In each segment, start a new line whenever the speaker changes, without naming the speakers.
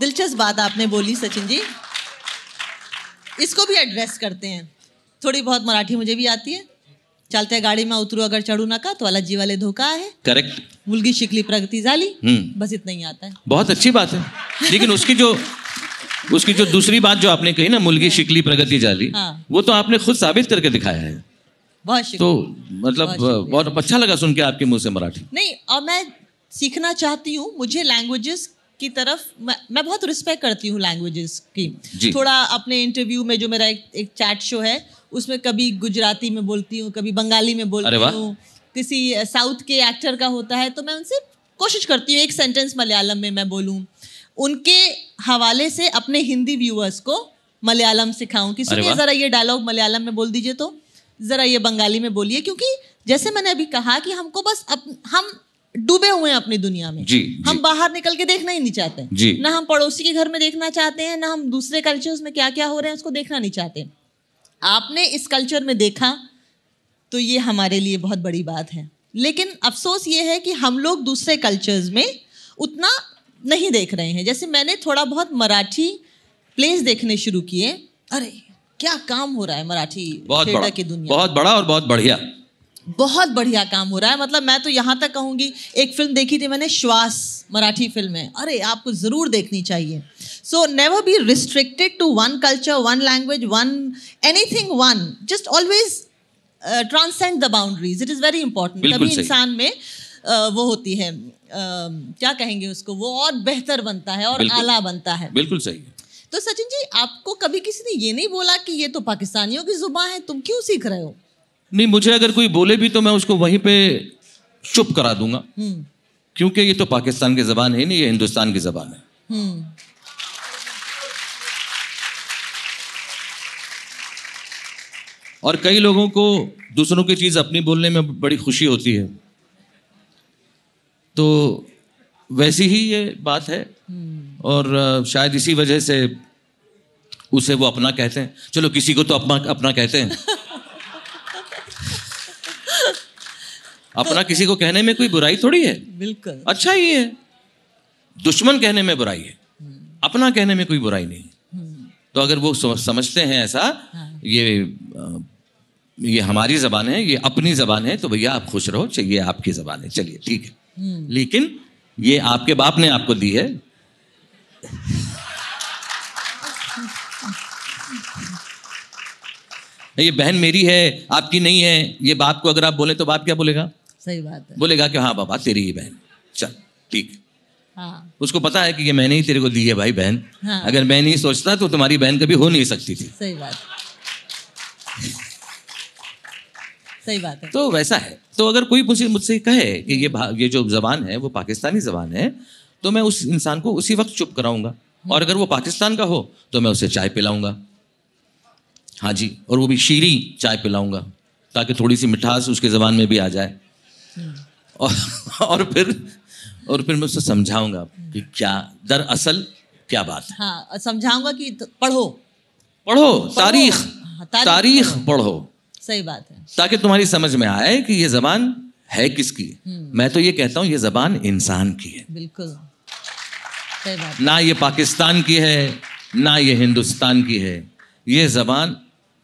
दिलचस्प बात आपने बोली सचिन जी इसको भी एड्रेस करते हैं थोड़ी बहुत मराठी मुझे भी आती है चालत्या गाडीमा उतरू अगर चढू नका तो वाला जीवाले धोका आहे
करेक्ट
मुलगी शिकली प्रगती झाली
हम्म।
बस इतना ही आता है
बहुत अच्छी बात है लेकिन उसकी जो उसकी जो दूसरी बात जो आपने कही ना मुलगी शिकली प्रगति जाली
हाँ।
वो तो आपने खुद साबित करके दिखाया है
बहुत शिकली
तो मतलब बहुत अच्छा लगा सुन के आपके मुंह से मराठी
नहीं और मैं सीखना चाहती हूँ मुझे लैंग्वेजेस की तरफ मैं, मैं बहुत रिस्पेक्ट करती हूँ लैंग्वेजेस
जी।
की थोड़ा अपने इंटरव्यू में जो मेरा एक, एक चैट शो है उसमें कभी गुजराती में बोलती हूँ कभी बंगाली में
अरे
बोलती
वाह।
हूँ किसी अ, साउथ के एक्टर का होता है तो मैं उनसे कोशिश करती हूँ एक सेंटेंस मलयालम में मैं बोलूँ उनके हवाले से अपने हिंदी व्यूअर्स को मलयालम सिखाऊं कि
अरे
सुनिए
वाह।
जरा ये डायलॉग मलयालम में बोल दीजिए तो जरा ये बंगाली में बोलिए क्योंकि जैसे मैंने अभी कहा कि हमको बस अप, हम डूबे हुए हैं अपनी दुनिया में
जी,
हम
जी।
बाहर निकल के देखना ही नहीं चाहते
जी।
ना हम पड़ोसी के घर में देखना चाहते हैं ना हम दूसरे कल्चर्स में क्या क्या हो रहे हैं उसको देखना नहीं चाहते आपने इस कल्चर में देखा तो ये हमारे लिए बहुत बड़ी बात है लेकिन अफसोस ये है कि हम लोग दूसरे कल्चर्स में उतना नहीं देख रहे हैं जैसे मैंने थोड़ा बहुत मराठी प्लेस देखने शुरू किए अरे क्या काम हो रहा है मराठी
बहुत
theatre
बड़ा
की दुनिया
बहुत बड़ा और बहुत बढ़िया
बहुत बढ़िया काम हो रहा है मतलब मैं तो यहाँ तक कहूँगी एक फिल्म देखी थी मैंने श्वास मराठी फिल्म है अरे आपको ज़रूर देखनी चाहिए so never be restricted to one culture one language one anything one just always uh, transcend the boundaries it is very important
बिल्कुल
तभी
सही।
इंसान में अ, वो होती है अ, क्या कहेंगे उसको वो और बेहतर बनता है और
बिल्कुल।
आला बनता है
बिल्कुल सही
तो सचिन जी आपको कभी किसी ने ये नहीं बोला कि ये तो पाकिस्तानियों की जुबा है तुम क्यों सीख रहे हो
नहीं मुझे अगर कोई बोले भी तो मैं उसको वहीं पे चुप करा दूंगा
हम्म
क्योंकि ये तो पाकिस्तान की जबान है नहीं ये हिंदुस्तान की जबान है
हम्म
और कई लोगों को दूसरों की चीज़ अपनी बोलने में बड़ी खुशी होती है तो वैसी ही ये बात है और अ, शायद इसी वजह से उसे वो अपना कहते हैं चलो किसी को तो अपना अपना कहते हैं अपना किसी को कहने में कोई बुराई थोड़ी है
बिल्कुल
अच्छा ही है दुश्मन कहने में बुराई है अपना कहने में कोई बुराई नहीं है तो अगर वो सम- समझते हैं ऐसा ये अ, ये हमारी जबान है ये अपनी जबान है तो भैया आप खुश रहो चाहिए आपकी जबान है चलिए ठीक
हम्म,
है लेकिन ये आपके बाप ने आपको दी है ये बहन मेरी है आपकी नहीं है ये बाप को अगर आप बोले तो बाप क्या बोलेगा
सही बात है
बोलेगा कि हाँ बाबा तेरी ही बहन चल ठीक
हाँ
उसको पता है कि ये मैंने ही तेरे को दी है भाई बहन
हाँ।
अगर मैं नहीं सोचता तो तुम्हारी बहन कभी हो नहीं सकती थी
सही बात सही बात है
तो वैसा है तो अगर कोई मुझे मुझसे कहे कि ये भा- ये जो जबान है वो पाकिस्तानी जबान है तो मैं उस इंसान को उसी वक्त चुप कराऊंगा और अगर वो पाकिस्तान का हो तो मैं उसे चाय पिलाऊंगा हाँ जी और वो भी शीरी चाय पिलाऊंगा ताकि थोड़ी सी मिठास उसके जबान में भी आ जाए और और फिर और फिर मैं उसे समझाऊंगा कि क्या दरअसल क्या बात है
हाँ और समझाऊंगा कि तो पढ़ो
पढ़ो तारीख
हाँ, तारीख
तारीख पढ़ो
सही बात है
ताकि तुम्हारी समझ में आए कि ये जबान है किसकी
हम्म।
मैं तो ये कहता हूँ ये जबान इंसान की है
बिल्कुल सही बात
ना ये पाकिस्तान की है ना ये हिंदुस्तान की है ये जबान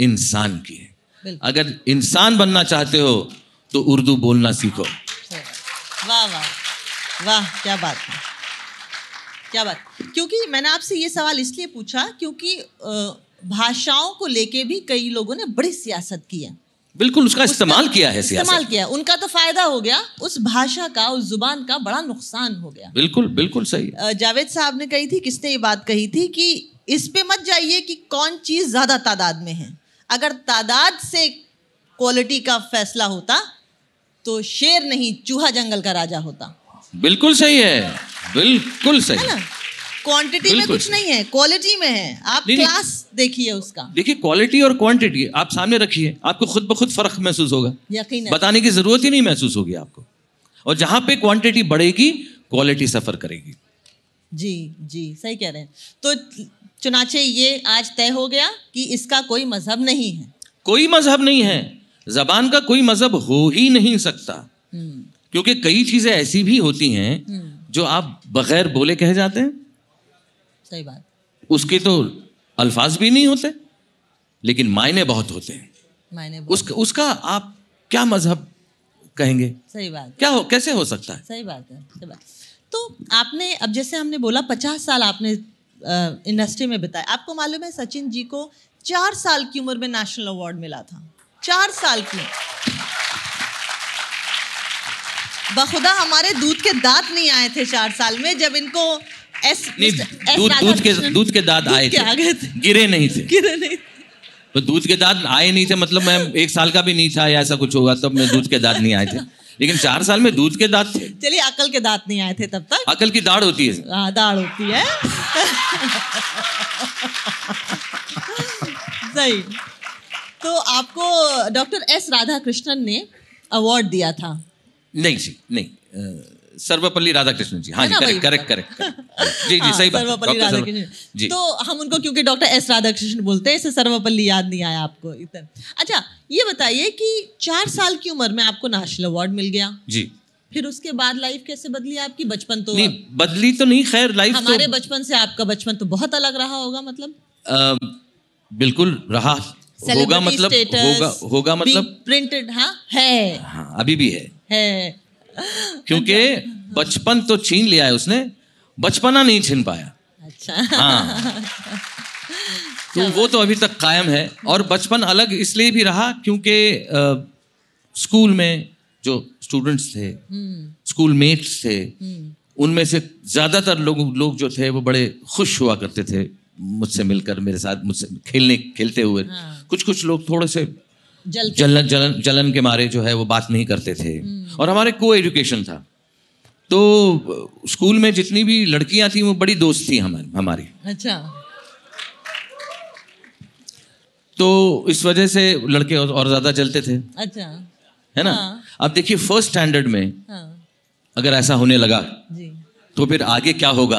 इंसान की है
बिल्कुल।
अगर इंसान बनना चाहते हो तो उर्दू बोलना सीखो
सही बात। वाह वाह वाह क्या बात है क्या बात क्योंकि मैंने आपसे ये सवाल इसलिए पूछा क्योंकि अ, भाषाओं को लेके भी कई लोगों ने बड़ी सियासत की है
बिल्कुल उसका इस्तेमाल किया है
इस्तेमाल
सियासत
किया उनका तो फायदा हो गया उस भाषा का उस जुबान का बड़ा नुकसान हो गया
बिल्कुल बिल्कुल सही है।
अ, जावेद साहब ने कही थी किसने ये बात कही थी कि इस पे मत जाइए कि कौन चीज़ ज़्यादा तादाद में है अगर तादाद से क्वालिटी का फैसला होता तो शेर नहीं चूहा जंगल का राजा होता
बिल्कुल सही है बिल्कुल सही
है
है।
ना क्वांटिटी में
बिल्कुल
कुछ
सही।
नहीं है क्वालिटी में है आप
नहीं, नहीं।
क्लास देखिए उसका
देखिए क्वालिटी और क्वांटिटी आप सामने रखिए आपको खुद ब खुद फर्क महसूस होगा
यकीन
बताने की जरूरत ही नहीं महसूस होगी आपको और जहां पे क्वांटिटी बढ़ेगी क्वालिटी सफर करेगी
जी जी सही कह रहे हैं तो चुनाचे ये आज तय हो गया कि इसका कोई मजहब नहीं है
कोई मजहब नहीं है जबान का कोई मजहब हो ही नहीं सकता
हम्म,
क्योंकि कई चीजें ऐसी भी होती हैं
हम्म,
जो आप बगैर बोले कह जाते हैं
सही बात
उसके तो अल्फाज भी नहीं होते लेकिन मायने बहुत होते हैं
मायने बहुत-
उस, उसका आप क्या मजहब कहेंगे
सही बात
क्या हो कैसे हो सकता है
सही बात है सही बात तो आपने अब जैसे हमने बोला पचास साल आपने इंडस्ट्री में बिताए आपको मालूम है सचिन जी को चार साल की उम्र में नेशनल अवार्ड मिला था चार साल की बखुदा हमारे दूध के दांत नहीं आए थे चार साल में जब इनको एस
नहीं
मिस्टर- एस
दूध दूध के
राधाकृष्णन-
दूध के दांत
दूध
आए
के आ गए थे
थे गिरे नहीं थे
गिरे नहीं
तो दूध के दांत आए नहीं थे मतलब मैं एक साल का भी नहीं था या ऐसा कुछ होगा तब मैं दूध के दांत नहीं आए थे लेकिन चार साल में दूध के दांत थे
चलिए अकल के दांत नहीं आए थे तब तक
अकल की दाढ़ होती है
हाँ, दाढ़ होती है सही तो आपको डॉक्टर एस राधाकृष्णन ने अवार्ड दिया था
नहीं जी नहीं अ, सर्वपल्ली राधाकृष्णन जी हाँ
है
जी
ना
करेक्ट
भाई?
करेक्ट करेक्ट जी जी
हाँ,
सही बात है,
सर्वपल्ली
डॉक्टर सर्व-
राधाकृष्णन
जी
तो हम उनको क्योंकि डॉक्टर एस राधाकृष्णन बोलते हैं इसे सर्वपल्ली याद नहीं आया आपको इतना अच्छा ये बताइए कि चार साल की उम्र में आपको नेशनल अवार्ड मिल गया
जी
फिर उसके बाद लाइफ कैसे बदली आपकी बचपन तो
नहीं बदली तो नहीं खैर लाइफ तो
हमारे बचपन से आपका बचपन तो बहुत अलग रहा होगा मतलब
अ, बिल्कुल रहा होगा मतलब होगा होगा मतलब
प्रिंटेड हाँ है
हाँ अभी भी है
है
क्योंकि बचपन तो छीन लिया है उसने बचपना नहीं छीन पाया
अच्छा
हाँ तो वो तो अभी तक कायम है और बचपन अलग इसलिए भी रहा क्योंकि अ, स्कूल में जो स्टूडेंट्स थे
हम्म,
स्कूल मेट्स थे
हम्म,
उनमें से ज़्यादातर लोग लोग जो थे वो बड़े खुश हुआ करते थे मुझसे मिलकर मेरे साथ मुझसे खेलने खेलते हुए
हाँ।
कुछ कुछ लोग थोड़े से
जल
जलन जलन जलन के मारे जो है वो बात नहीं करते थे
हम्म।
और हमारे को एजुकेशन था तो अ, स्कूल में जितनी भी लड़कियां थी वो बड़ी दोस्त थी हमारी हमारी
अच्छा
तो इस वजह से लड़के और, और ज़्यादा जलते थे
अच्छा
है ना
हाँ।
अब देखिए फर्स्ट स्टैंडर्ड में
हाँ
अगर ऐसा होने लगा
जी
तो फिर आगे क्या होगा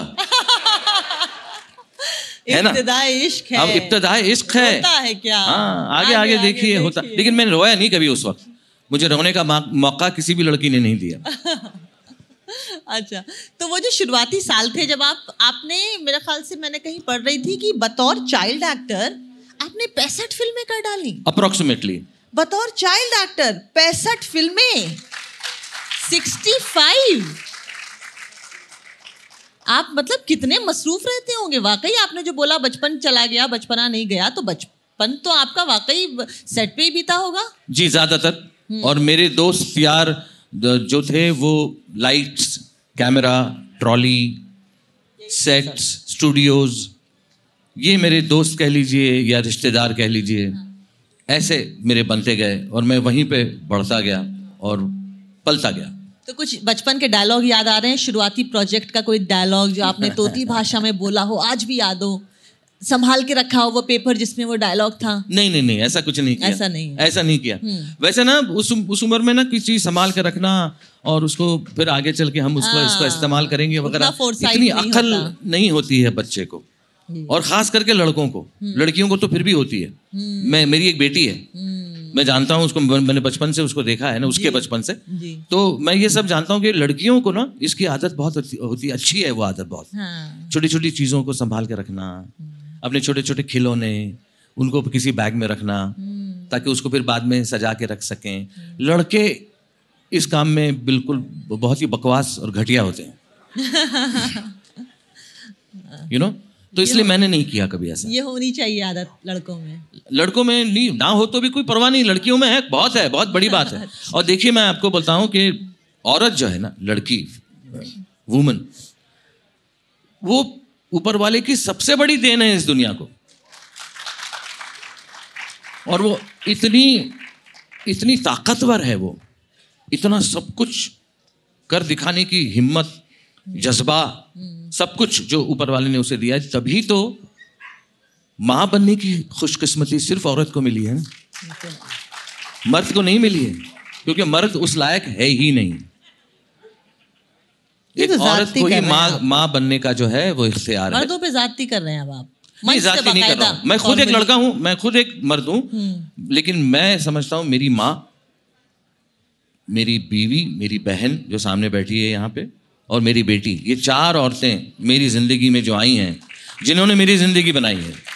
है ना?
इब्तदाई इश्क है
अब इब्तदा इश्क है
होता है क्या
हाँ आगे आगे देखिए होता
देखिए।
लेकिन मैंने रोया नहीं कभी उस वक्त मुझे रोने का मौ- मौका किसी भी लड़की ने नहीं दिया
अच्छा तो वो जो शुरुआती साल थे जब आप आपने मेरे ख्याल से मैंने कहीं पढ़ रही थी कि बतौर चाइल्ड एक्टर आपने पैंसठ फिल्में कर डाली
अप्रोक्सीमेटली
बतौर चाइल्ड एक्टर पैंसठ फिल्में 65 आप मतलब कितने मसरूफ रहते होंगे वाकई आपने जो बोला बचपन चला गया बचपना नहीं गया तो बचपन तो आपका वाकई सेट पे ही बीता होगा
जी ज्यादातर और मेरे दोस्त यार द- जो थे वो lights camera trolley sets studios ये मेरे दोस्त कह लीजिए या रिश्तेदार कह लीजिए ऐसे मेरे बनते गए और मैं वहीं पे बढ़ता गया और पलता गया
तो कुछ बचपन के डायलॉग याद आ रहे हैं शुरुआती प्रोजेक्ट का कोई डायलॉग जो आपने तोती भाषा में बोला हो आज भी याद हो संभाल के रखा हो वो पेपर जिसमें वो डायलॉग था
नहीं नहीं नहीं ऐसा कुछ नहीं किया
ऐसा नहीं। हम्म।
ऐसा नहीं किया वैसे ना उस उस उम्र में ना किसी चीज संभाल के रखना और उसको फिर आगे चल के हम उसको
हाँ।
इसका इस्तेमाल करेंगे
उतना
वगैरह
foresight
इतनी
नहीं
अकल
होता।
नहीं होती है बच्चे को और खास करके लड़कों को
हम्म।
लड़कियों को तो फिर भी होती है मैं मेरी एक बेटी
हम्म,
है मैं जानता हूँ उसको मैंने बचपन से उसको देखा है ना उसके बचपन से
जी
तो मैं ये सब जानता हूँ कि लड़कियों को ना इसकी आदत बहुत होती- होती है अच्छी है वो आदत बहुत
हाँ
छोटी छोटी चीज़ों को संभाल के रखना अपने छोटे छोटे खिलौने उनको किसी बैग में रखना
हम्म।
ताकि उसको फिर बाद में सजा के रख सकें लड़के इस काम में बिल्कुल ब- बहुत ही बकवास और घटिया होते हैं यू नो तो इसलिए मैंने नहीं किया कभी ऐसा
ये होनी चाहिए आदत लड़कों में
लड़कों में नहीं ना हो तो भी कोई परवाह नहीं लड़कियों में है बहुत है बहुत बड़ी बात है और देखिए मैं आपको बोलता हूँ कि औरत जो है ना लड़की वुमन वो ऊपर वाले की सबसे बड़ी देन है इस दुनिया को और वो इतनी इतनी ताकतवर है वो इतना सब कुछ कर दिखाने की हिम्मत जज्बा सब कुछ जो ऊपर वाले ने उसे दिया है तभी तो माँ बनने की खुशकिस्मती सिर्फ औरत को मिली है ना मर्द को नहीं मिली है क्योंकि मर्द उस लायक है ही नहीं
ये
एक
तो
औरत
जाति
को
कर
ही
रहे हैं
माँ माँ बनने का जो है वो इख्तियार है
मर्दों पे जाती कर रहे हैं अब आप
नहीं,
मंच तो से
जाति नहीं कर रहा हूं।
बाकायदा हम्म।
मैं खुद एक
formally-
लड़का हूँ मैं खुद एक मर्द हूँ लेकिन मैं समझता हूँ मेरी माँ मेरी बीवी मेरी बहन जो सामने बैठी है यहाँ पे और मेरी बेटी ये चार औरतें मेरी जिंदगी में जो आई हैं जिन्होंने मेरी जिंदगी बनाई है